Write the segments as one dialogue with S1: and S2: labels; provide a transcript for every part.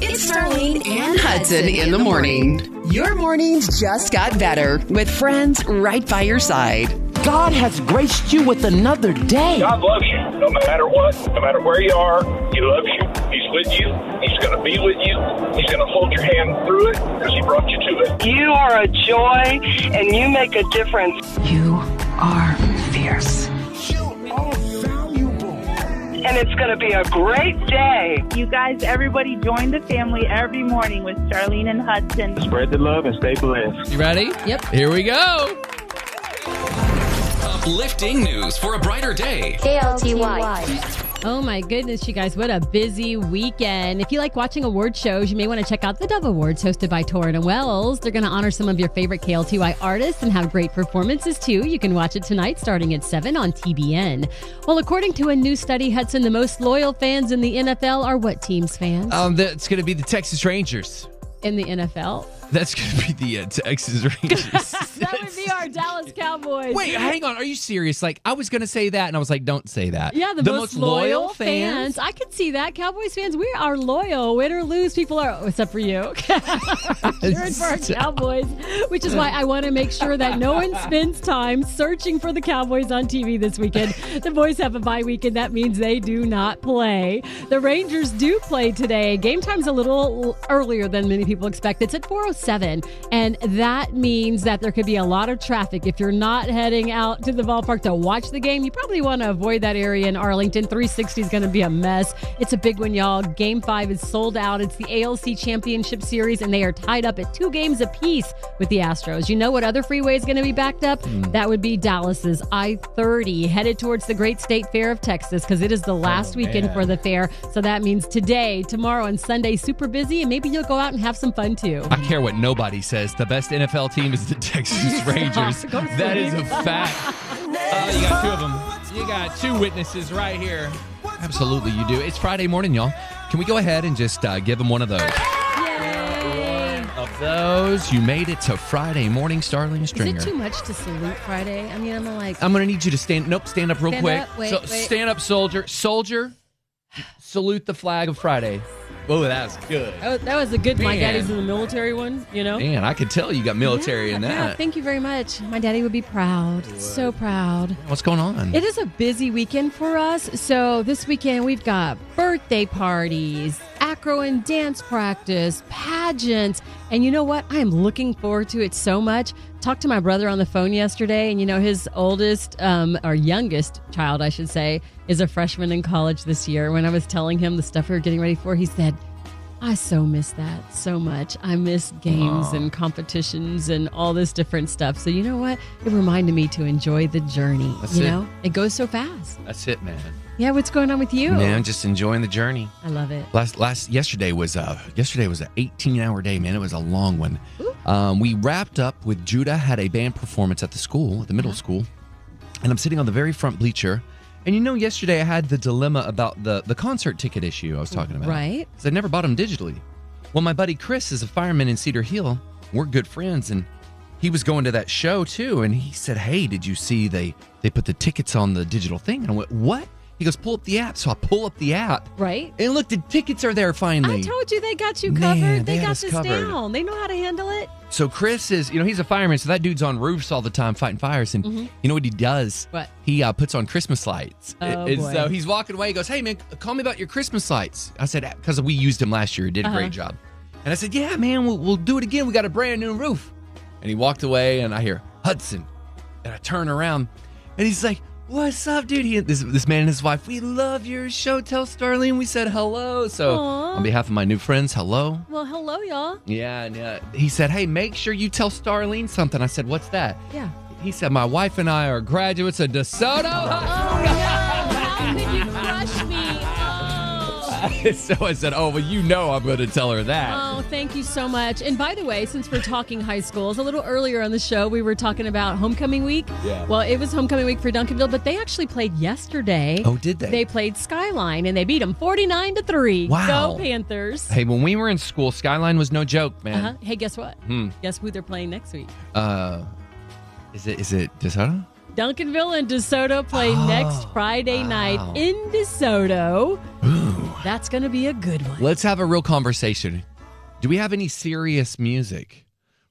S1: It's Darlene and Hudson in the morning. Your mornings just got better with friends right by your side.
S2: God has graced you with another day.
S3: God loves you no matter what, no matter where you are. He loves you. He's with you. He's going to be with you. He's going to hold your hand through it because He brought you to it.
S4: You are a joy and you make a difference.
S5: You are fierce.
S4: And it's going to be a great day.
S6: You guys, everybody join the family every morning with Charlene and Hudson.
S3: Spread the love and stay blessed.
S7: You ready?
S8: Yep.
S7: Here we go.
S9: Uplifting news for a brighter day.
S10: KLTY.
S8: Oh my goodness, you guys, what a busy weekend. If you like watching award shows, you may want to check out the Dove Awards hosted by Torrin Wells. They're going to honor some of your favorite KLTY artists and have great performances too. You can watch it tonight starting at 7 on TBN. Well, according to a new study, Hudson, the most loyal fans in the NFL are what team's fans
S7: Um, that's going to be the Texas Rangers.
S8: in the NFL?
S7: That's going to be the uh, Texas Rangers.
S8: That would be our Dallas Cowboys.
S7: Wait, hang on. Are you serious? Like, I was going to say that, and I was like, don't say that.
S8: Yeah, the, most, loyal, fans. I could see that. Cowboys fans, we are loyal. Win or lose, people are, oh, except for you. You're in for our Cowboys, which is why I want to make sure that no one spends time searching for the Cowboys on TV this weekend. The boys have a bye week, and that means they do not play. The Rangers do play today. Game time's a little earlier than many people expect. It's at 4.07, and that means that there could be a lot of traffic. If you're not heading out to the ballpark to watch the game, you probably want to avoid that area in Arlington. 360 is going to be a mess. It's a big one, y'all. Game 5 is sold out. It's the ALC Championship Series, and they are tied up at two games apiece with the Astros. You know what other freeway is going to be backed up?
S7: Hmm.
S8: That would be Dallas's I 30, headed towards the Great State Fair of Texas, because it is the last
S7: Oh,
S8: weekend for the fair. So that means today, tomorrow, and Sunday, super busy, and maybe you'll go out and have some fun too.
S7: I care what nobody says. The best NFL team is the Texas Rangers.
S8: Go to
S7: That is
S8: sleep.
S7: a fact. Uh, you got two of them. You got two witnesses right here. Absolutely, you do. It's Friday morning, y'all. Can we go ahead and just uh, give them one of those?
S8: Yay!
S7: Of those, you made it to Friday morning, Starling
S8: Is
S7: Stringer. Um,
S8: it too much to salute Friday? I mean, I'm like,
S7: I'm gonna need you to stand. Nope, stand up real
S8: Stand
S7: quick.
S8: up, wait,
S7: so
S8: wait.
S7: stand up, soldier. Soldier, salute the flag of Friday. Oh, that's good.
S8: oh, that was a good. My
S7: Man.
S8: daddy's in the military one, you know.
S7: Man, I could tell you got military in
S8: Yeah,
S7: that.
S8: thank you very much. My daddy would be proud. So proud.
S7: What's going on?
S8: It is a busy weekend for us. So this weekend we've got birthday parties, acro and dance practice, pageants, and you know what? I am looking forward to it so much. Talked to my brother on the phone yesterday, and you know his oldest um, or youngest child, I should say, is a freshman in college this year. When I was telling him the stuff we were getting ready for, he said. I so miss that so much. I miss games and competitions and all this different stuff. So you know what? It reminded me to enjoy the journey.
S7: That's
S8: you
S7: it.
S8: know, it goes so fast.
S7: That's it, man.
S8: Yeah, what's going on with you?
S7: Man, I'm just enjoying the journey.
S8: I love it.
S7: Last last yesterday was uh yesterday was an 18 hour day, man. It was a long one. Um, we wrapped up with Judah had a band performance at the school, at the middle school, and I'm sitting on the very front bleacher. And you know, yesterday I had the dilemma about the the concert ticket issue I was talking about.
S8: Right.
S7: Because I never bought them digitally. Well, my buddy Chris is a fireman in Cedar Hill. We're good friends, and he was going to that show too. And he said, "Hey, did you see they they put the tickets on the digital thing?" And I went, "What?" He goes, "Pull up the app." So I pull up the app.
S8: Right?
S7: And look, the tickets are there finally.
S8: I told you they got you
S7: Man,
S8: covered. they,
S7: they had
S8: got
S7: us
S8: this
S7: covered.
S8: down. They know how to handle it.
S7: so Chris is, you know, he's a fireman, so that dude's on roofs all the time fighting fires. And you know what he does?
S8: Mm-hmm. What?
S7: He uh, puts on Christmas lights.
S8: Oh,
S7: and
S8: boy.
S7: so he's walking away. He goes, "Hey man, call me about your Christmas lights." I said, "Because we used him last year. He did a
S8: Uh-huh.
S7: great job." And I said, "Yeah, man, we'll, we'll do it again. We got a brand new roof." And he walked away, and I hear Hudson, and I turn around, and he's like. What's up, dude? He, this this man and his wife. We love your show. Tell Starlene we said hello. So,
S8: Aw.
S7: on behalf of my new friends, hello.
S8: Well, hello, y'all.
S7: Yeah, and uh, he said, "Hey, make sure you tell Starlene something." I said, "What's that?"
S8: Yeah.
S7: He said, "My wife and I are graduates of DeSoto."
S8: Oh no! How could you crush me? Oh.
S7: so I said, "Oh, well, you know, I'm going to tell her that."
S8: Oh, thank you so much. And by the way, since we're talking high schools, a little earlier on the show, we were talking about homecoming week.
S7: Yeah.
S8: Well, it was homecoming week for Duncanville, but they actually played yesterday.
S7: Oh, did they?
S8: They played Skyline and they beat them 49 to 3.
S7: Wow.
S8: Go Panthers. Uh-huh.
S7: Hey, when we were in school, Skyline was no joke, man.
S8: Hey, guess what?
S7: Hmm.
S8: Guess who they're playing next week?
S7: uh is it is it DeSoto? Oh,
S8: Duncanville and DeSoto play next Friday
S7: wow.
S8: night in DeSoto. That's going to be a good one.
S7: Let's have a real conversation. Do we have any serious music?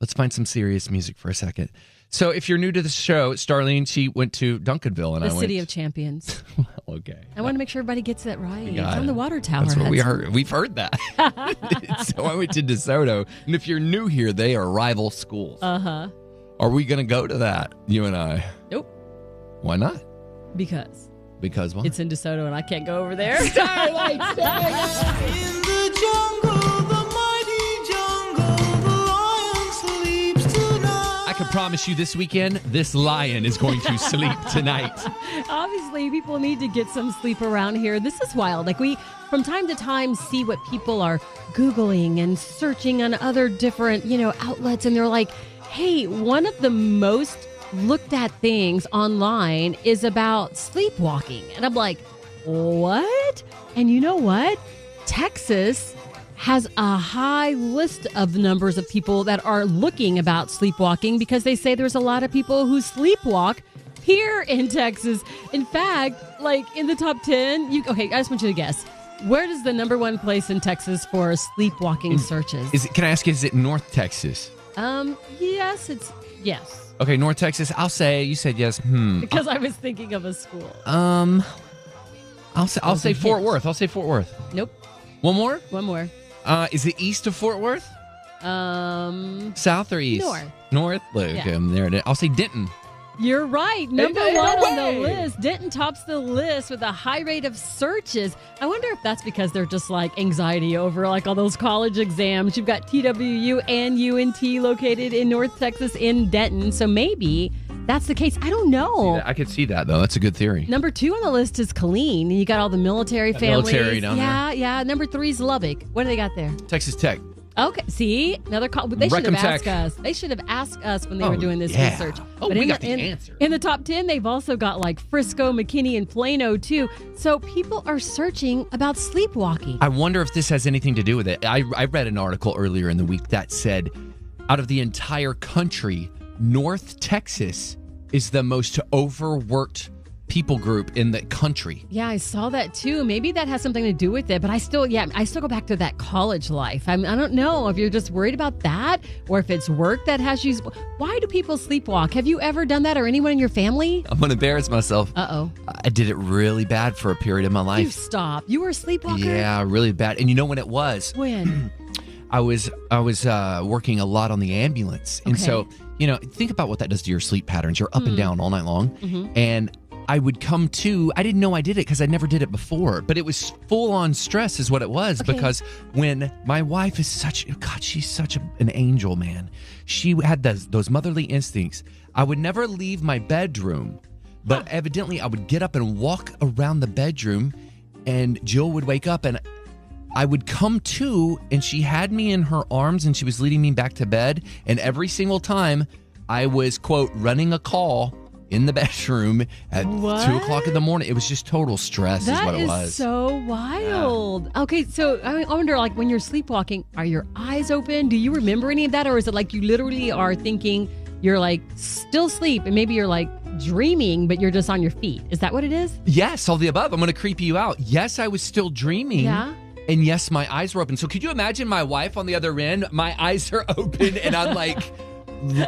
S7: Let's find some serious music for a second. So, if you're new to the show, Starlene, she went to Duncanville, and
S8: The
S7: I
S8: city of
S7: went.
S8: champions.
S7: Of- okay,
S8: I want to make sure everybody gets that right. It's
S7: got
S8: on
S7: it.
S8: the water tower.
S7: That's what we
S8: Hudson.
S7: heard. We've heard that. so I went to DeSoto, and if you're new here, they are rival schools. Uh
S8: Uh-huh.
S7: Are we going to go to that, you and I?
S8: Nope.
S7: Why not?
S8: Because
S7: Because what?
S8: it's in DeSoto and I can't go over there.
S7: I can promise you this weekend, this lion is going to sleep tonight.
S8: Obviously, people need to get some sleep around here. This is wild. Like, we from time to time see what people are Googling and searching on other different, you know, outlets. And they're like, hey, one of the most looked at things online is about sleepwalking. And I'm like, what? And you know what? Texas has a high list of numbers of people that are looking about sleepwalking because they say there's a lot of people who sleepwalk here in Texas. In fact, like in the top 10, you okay, I just want you to guess. Where does the number one place in Texas for sleepwalking searches?
S7: Is it, can I ask, is it North Texas?
S8: um, yes, it's yes.
S7: Okay, North Texas. I'll say, you said yes. Hmm.
S8: Because I was thinking of a school.
S7: Um, I'll say, I'll
S8: Those
S7: say
S8: are
S7: Fort
S8: hints.
S7: Worth. I'll say Fort Worth.
S8: Nope.
S7: One more?
S8: One more.
S7: Uh, is it east of Fort Worth?
S8: Um,
S7: South or east?
S8: North.
S7: North? Look,
S8: Yeah.
S7: um, there it is. I'll say Denton.
S8: You're right. Number
S7: no
S8: one on
S7: way.
S8: the list. Denton tops the list with a high rate of searches. I wonder if that's because they're just like anxiety over like all those college exams. You've got TWU and UNT located in North Texas in Denton. So maybe that's the case. I don't know.
S7: I could see that, though. That's a good theory.
S8: Number two on the list is Colleen. You got all the military families.
S7: military down there.
S8: yeah, yeah. Number three is Lubbock. What do they got there?
S7: Texas Tech.
S8: Okay. See, another call. They should
S7: Recum
S8: have
S7: Tech.
S8: asked us. They should have asked us when they
S7: Oh,
S8: were doing this
S7: yeah.
S8: research.
S7: Oh, we
S8: in
S7: got the
S8: in,
S7: answer.
S8: In the top ten, they've also got like Frisco, McKinney, and Plano too. So people are searching about sleepwalking.
S7: I wonder if this has anything to do with it. I, I read an article earlier in the week that said out of the entire country, North Texas is the most overworked people group in the country.
S8: yeah, I saw that too. Maybe that has something to do with it, but I still, yeah, I still go back to that college life. I, mean, I don't know if you're just worried about that or if it's work that has you. Why do people sleepwalk? Have you ever done that or anyone in your family?
S7: I'm going to embarrass myself.
S8: Uh oh.
S7: I did it really bad for a period of my
S8: You
S7: life.
S8: stop. You were a sleepwalker?
S7: Yeah, really bad. And you know when it was?
S8: When?
S7: I was I was uh, working a lot on the ambulance, and
S8: Okay. Hmm.
S7: so you know, think about what that does to your sleep patterns. You're up and down all night long,
S8: Mm-hmm.
S7: and I would come to. I didn't know I did it because I never did it before, but it was full on stress, is what it was.
S8: Okay.
S7: Because when my wife is such, God, she's such a, an angel, man. She had those those motherly instincts. I would never leave my bedroom, but evidently I would get up and walk around the bedroom, and Jill would wake up and I would come to, and she had me in her arms and she was leading me back to bed. And every single time I was, quote, running a call in the bedroom at
S8: What?
S7: two o'clock in the morning. It was just total stress, is
S8: That
S7: what it
S8: is
S7: was.
S8: so wild. Okay, so I wonder, like, when you're sleepwalking, are your eyes open? Do you remember any of that, or is it like you literally are thinking you're like still asleep, and maybe you're like dreaming, but you're just on your feet? Is that what it is?
S7: yes, all the above. I'm going to creep you out. Yes, I was still dreaming.
S8: Yeah.
S7: And yes, my eyes were open. So could you imagine my wife on the other end? My eyes are open, and I'm like,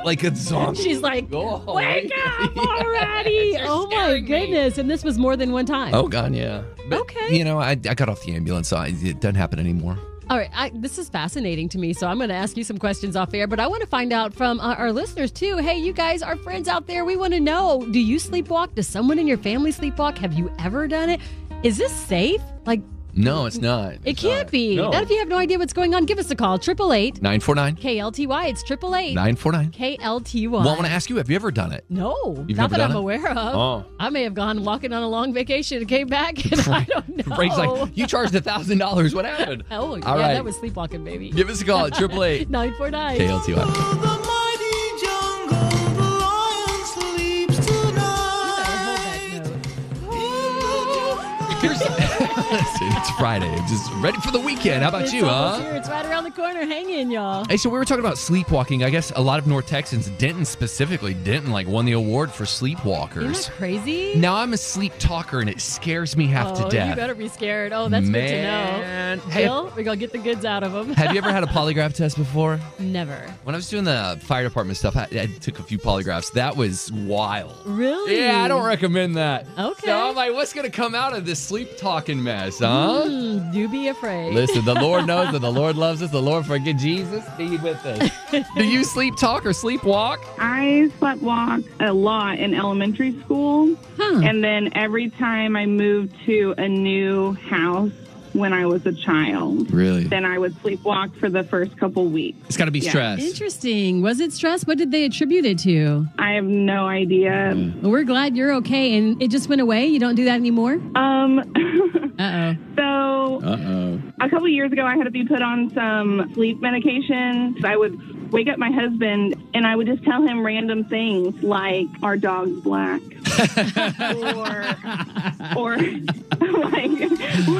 S7: like a zombie. Oh.
S8: She's like,
S7: Go away.
S8: wake up already!
S7: You're
S8: oh my
S7: scaring me.
S8: goodness! And this was more than one time.
S7: Oh God, yeah.
S8: Okay.
S7: You know, I, I got off the ambulance, so I, it doesn't happen anymore.
S8: All right, I, this is fascinating to me, so I'm going to ask you some questions off air, but I want to find out from uh, our listeners too. Hey, you guys, our friends out there, we want to know do you sleepwalk? Does someone in your family sleepwalk? Have you ever done it? Is this safe? Like,
S7: No, it's not.
S8: it can't be. Not if you have no idea what's going on. Give us a call, 888
S7: 949
S8: KLTY. It's 888
S7: 949.
S8: KLTY.
S7: Well, I want to ask you, have you ever done it?
S8: no,
S7: You've never
S8: not that
S7: done
S8: I'm
S7: it?
S8: aware of.
S7: Oh.
S8: I may have gone walking on a long vacation and came back, and I don't know.
S7: Frank's like, you charged a thousand dollars. What happened?
S8: oh, yeah,
S7: All right.
S8: that was sleepwalking, baby.
S7: Give us a call at triple eight
S8: 949.
S7: KLTY.
S8: Hold that note.
S7: Here's- it's Friday. I'm just ready for the weekend. How about
S8: It's
S7: you,
S8: almost
S7: huh?
S8: here. It's right around the corner. Hang in, y'all.
S7: Hey, so we were talking about sleepwalking. I guess a lot of North Texans, Denton specifically, Denton like won the award for
S8: Isn't
S7: sleepwalkers.
S8: that crazy?
S7: Now I'm a sleep talker and it scares me half
S8: oh,
S7: to death.
S8: you better be scared. Oh, that's
S7: Man.
S8: good to know.
S7: Hey,
S8: Bill, we're going to get the goods out of them.
S7: have you ever had a polygraph test before?
S8: Never.
S7: When I was doing the fire department stuff, I, I took a few polygraphs. That was wild.
S8: Really?
S7: Yeah, I don't recommend that.
S8: Okay.
S7: So I'm like, what's going to come out of this sleep talking mess, huh?
S8: Hmm, do be afraid.
S7: Listen, the Lord knows that the Lord loves us. The Lord forget Jesus. Be with us. Do you sleep talk or sleepwalk?
S6: I slept walk a lot in elementary school. And then every time I moved to a new house when I was a child,
S7: Really?
S6: then I would sleepwalk for the first couple weeks.
S7: It's got to be
S6: Yeah.
S7: stress.
S8: Interesting. Was it stress? What did they attribute it to?
S6: I have no idea.
S8: Well, we're glad you're okay and it just went away. You don't do that anymore?
S6: Um,
S8: Uh oh.
S6: so
S7: Uh-oh.
S6: a couple years ago, I had to be put on some sleep medication. I would wake up my husband and I would just tell him random things like, our dog's black. or, or like,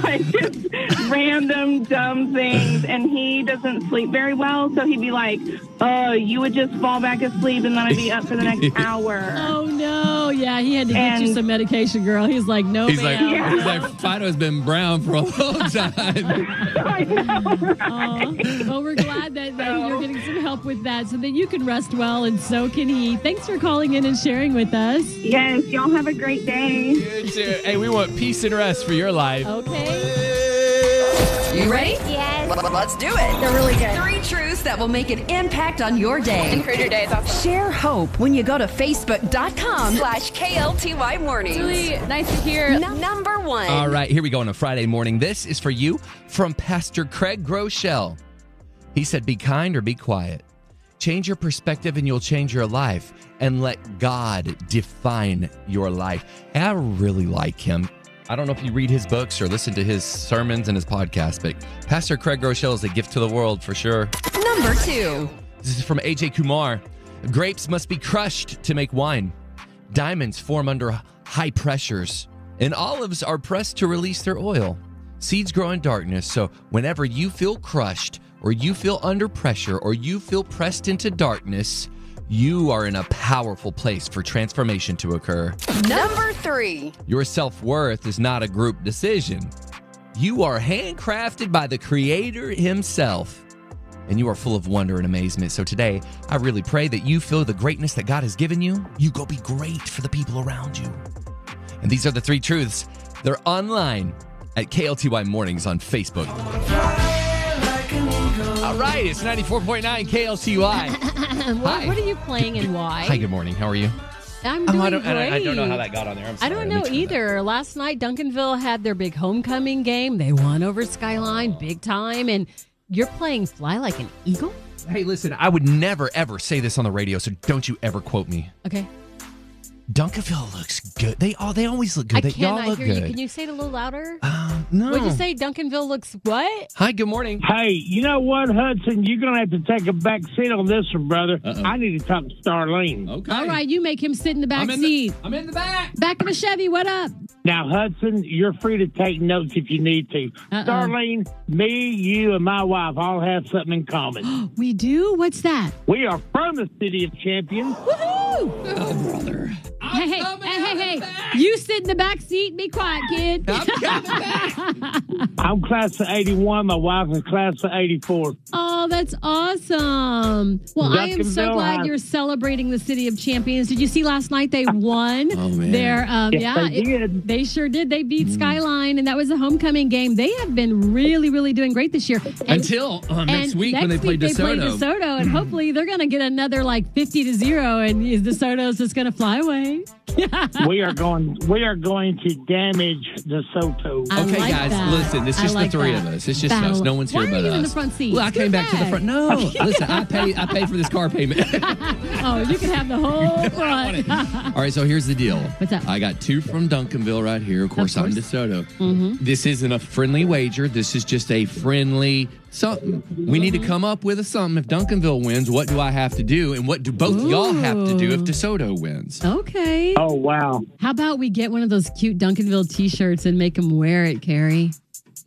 S6: like just random dumb things. And he doesn't sleep very well. So he'd be like, oh, you would just fall back asleep and then I'd be up for the next hour.
S8: Oh no. Yeah, he had to get you
S6: And-
S8: some medication, girl. He's like, no,
S7: He's like,
S8: ma'am.
S7: he's like, Fido's been brown for a long time.
S6: I know, right?
S8: Aw. Well, we're glad that, that
S7: Oh.
S8: you're getting some help with that so that you can rest well and so can he. Thanks for calling in and sharing with us.
S6: Yes, y'all have a great day.
S7: You too. hey, we want peace and rest for your life.
S8: Okay.
S1: You ready? Yes. let's do it. They're really good. Three truths that will make an impact on your day. Improve your day. Share hope when you go to facebook.com slash KLTY mornings.
S8: nice to hear.
S1: Num- Number one.
S7: All right, here we go on a Friday morning. This is for you from Pastor Craig Groeschel. He said, Be kind or be quiet. Change your perspective and you'll change your life and let God define your life. And I really like him. I don't know if you read his books or listen to his sermons and his podcast, but Pastor Craig Groeschel is a gift to the world for sure.
S1: Number two.
S7: This is from AJ Kumar. Grapes must be crushed to make wine. Diamonds form under high pressures, and olives are pressed to release their oil. Seeds grow in darkness, so whenever you feel crushed, or you feel under pressure, or you feel pressed into darkness, you are in a powerful place for transformation to occur.
S1: Number three.
S7: Your self worth is not a group decision. You are handcrafted by the Creator Himself, and you are full of wonder and amazement. So today, I really pray that you feel the greatness that God has given you. You go be great for the people around you. And these are the three truths. They're online at KLTY Mornings on Facebook. All right, it's 94.9 KLTY. Hi.
S8: What, what are you playing and why?
S7: Hi, good morning. How are you?
S8: I'm
S7: Oh,
S8: doing
S7: I, don't, I
S8: great.
S7: don't- I don't know how that got on there. I'm
S8: I
S7: sorry.
S8: don't
S7: Let me
S8: know
S7: turn it back.
S8: either. Last night, Duncanville had their big homecoming game. They won over Skyline big time. And you're playing Fly Like an Eagle?
S7: Hey, listen, I would never ever say this on the radio, so don't you ever quote me.
S8: Okay.
S7: Dunkerville looks good. They all they always look good. they,
S8: I
S7: y'all
S8: cannot
S7: look
S8: hear you.
S7: good.
S8: Can you say it a little louder?
S7: Um, no.
S8: What'd you say? Duncanville looks what?
S7: Hi, good morning.
S10: Hey, you know what, Hudson? You're going to have to take a back seat on this one, brother. I need to talk to Starlene.
S7: Okay.
S8: All right, you make him sit in the back
S7: I'm in
S8: seat.
S7: the, I'm in the back.
S8: Back of a Chevy, what up?
S10: Now, Hudson, you're free to take notes if you need to.
S8: Uh-oh.
S10: Starlene, me, you, and my wife all have something in common.
S8: We do? What's that?
S10: we are from the city of Champions.
S8: Woohoo! Hey, hey, hey, hey, hey. You sit in the back seat. Be quiet, kid.
S10: I'm class of 81. My wife is class of 84.
S8: Oh, that's awesome. Well, I am so
S10: Duncanville
S8: glad
S10: has-
S8: you're celebrating the City of Champions. Did you see last night they won?
S7: Oh, man.
S8: Their, um,
S10: Yes,
S8: yeah,
S10: they did.
S8: they sure did. They beat
S7: Mm.
S8: Skyline, and that was a homecoming game. They have been really, really doing great this year. And,
S7: Until uh,
S8: and
S7: next week when they
S8: next
S7: play
S8: week play
S7: DeSoto. Mm.
S8: DeSoto, and hopefully they're going to get another like 50 to 0, and is DeSoto's just going to fly away.
S10: we are going. We are going to damage DeSoto.
S8: I
S7: Okay,
S8: like
S7: guys,
S8: that.
S7: listen. It's
S8: I
S7: just
S8: like
S7: the three
S8: that.
S7: of us. It's just
S8: Battle.
S7: us. No one's here
S8: Why
S7: but
S8: are you
S7: us.
S8: in the front seat?
S7: Well, I
S8: Scoot
S7: came back, to the front. No, listen. I pay. I pay for this car payment.
S8: Oh, you can have the whole front.
S7: All right, so here's the deal.
S8: What's up?
S7: I got two from Duncanville right here. Of course, I'm
S8: course. Mm-hmm.
S7: DeSoto. This isn't a friendly wager. This is just a friendly something. We need to come up with a something. If Duncanville wins, what do I have to do? And what do both y'all have to do if
S8: Ooh.
S7: DeSoto wins?
S8: okay.
S10: Oh, wow.
S8: How about we get one of those cute Duncanville t-shirts and make him wear it, Carrie?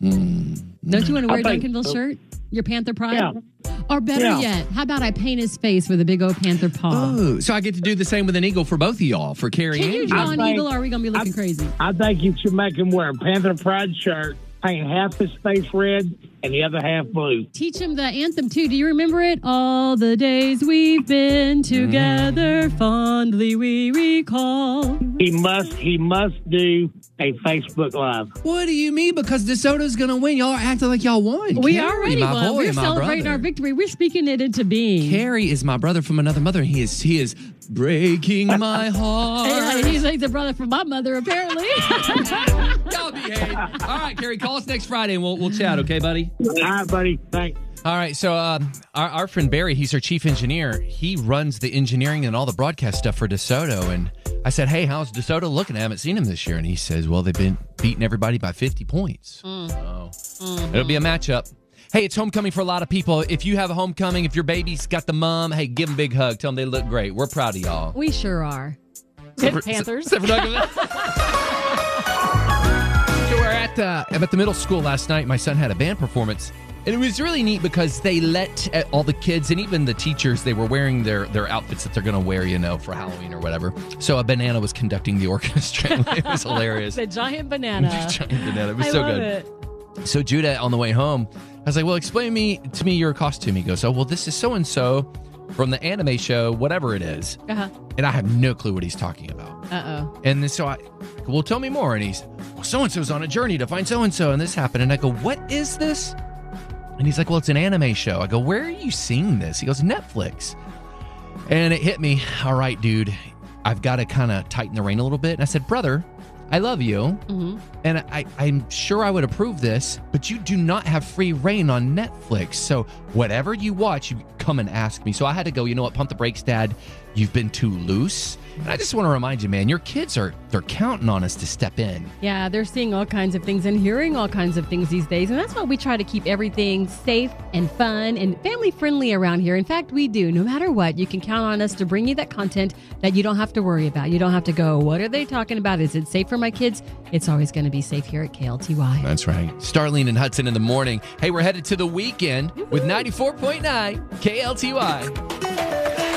S7: Mm-hmm.
S8: Don't you want to
S10: I
S8: wear a
S10: think
S8: Duncanville
S10: so.
S8: shirt? Your Panther pride?
S10: Yeah.
S8: Or better
S7: Yeah.
S8: yet, how about I paint his face with a big old Panther paw?
S7: Oh, so I get to do the same with an eagle for both of y'all for Carrie
S8: Can
S7: and
S8: you
S7: you.
S8: draw an eagle or are we going to be looking crazy?
S10: I think you should make him wear a Panther Pride shirt, paint half his face red and the other half blue.
S8: Teach him the anthem too. Do you remember it? All the days we've
S7: Mm-hmm.
S8: been together, fondly we recall.
S10: He must he must do a Facebook Live.
S7: What do you mean? Because DeSoto's going to win. Y'all are acting like y'all won.
S8: We
S7: Carrie,
S8: already
S7: my
S8: won.
S7: boy,
S8: We're
S7: my
S8: celebrating
S7: brother.
S8: our victory. We're speaking it into being.
S7: Carrie is my brother from another mother. He is he is breaking my
S8: And
S7: heart.
S8: he's like the brother from my mother, apparently.
S7: Y'all behave. All right, Carrie, call us next Friday and we'll we'll chat, okay, buddy?
S10: All right, buddy. Thanks.
S7: All right, so um, our, our friend Barry, he's our chief engineer. He runs the engineering and all the broadcast stuff for DeSoto. And I said, "Hey, how's DeSoto looking? I haven't seen him this year." And he says, "Well, they've been beating everybody by 50 points. Oh, it'll be a matchup." Hey, it's homecoming for a lot of people. If you have a homecoming, if your baby's got the mom, hey, give them a big hug. Tell them they look great. We're proud of y'all.
S8: we sure are.
S7: Except for-
S8: Panthers.
S7: except for So we're at uh, I'm at the middle school last night. My son had a band performance, and it was really neat because they let uh, all the kids and even the teachers they were wearing their their outfits that they're going to wear, you know, for Halloween or whatever. So a banana was conducting the orchestra. it was hilarious.
S8: the giant banana.
S7: Giant banana. It was
S8: I
S7: so
S8: love
S7: good.
S8: it.
S7: So Judah on the way home, I was like, "Well, explain me to me your costume." He goes, "Oh, well, this is so and so from the anime show, whatever it is,"
S8: Uh-huh.
S7: and I have no clue what he's talking about.
S8: Uh-oh.
S7: And then so I, I go, well, tell me more. And he's, well, so and so's on a journey to find so and so, and this happened. And I go, what is this? And he's like, well, it's an anime show. I go, where are you seeing this? He goes, Netflix. And it hit me, all right, dude, I've got to kind of tighten the rein a little bit. And I said, brother, I love you.
S8: Mhm.
S7: And I, I'm sure I would approve this, but you do not have free reign on Netflix. So whatever you watch, you come and ask me. So I had to go, you know what, pump the brakes, Dad. You've been too loose. And I just want to remind you, man, your kids are they're counting on us to step in.
S8: Yeah, they're seeing all kinds of things and hearing all kinds of things these days. And that's why we try to keep everything safe and fun and family friendly around here. In fact, we do. No matter what, you can count on us to bring you that content that you don't have to worry about. You don't have to go, what are they talking about? Is it safe for my kids? It's always going to be safe here at KLTY.
S7: That's right. Starlene and Hudson in the morning. Hey, we're headed to the weekend with 94.9 KLTY.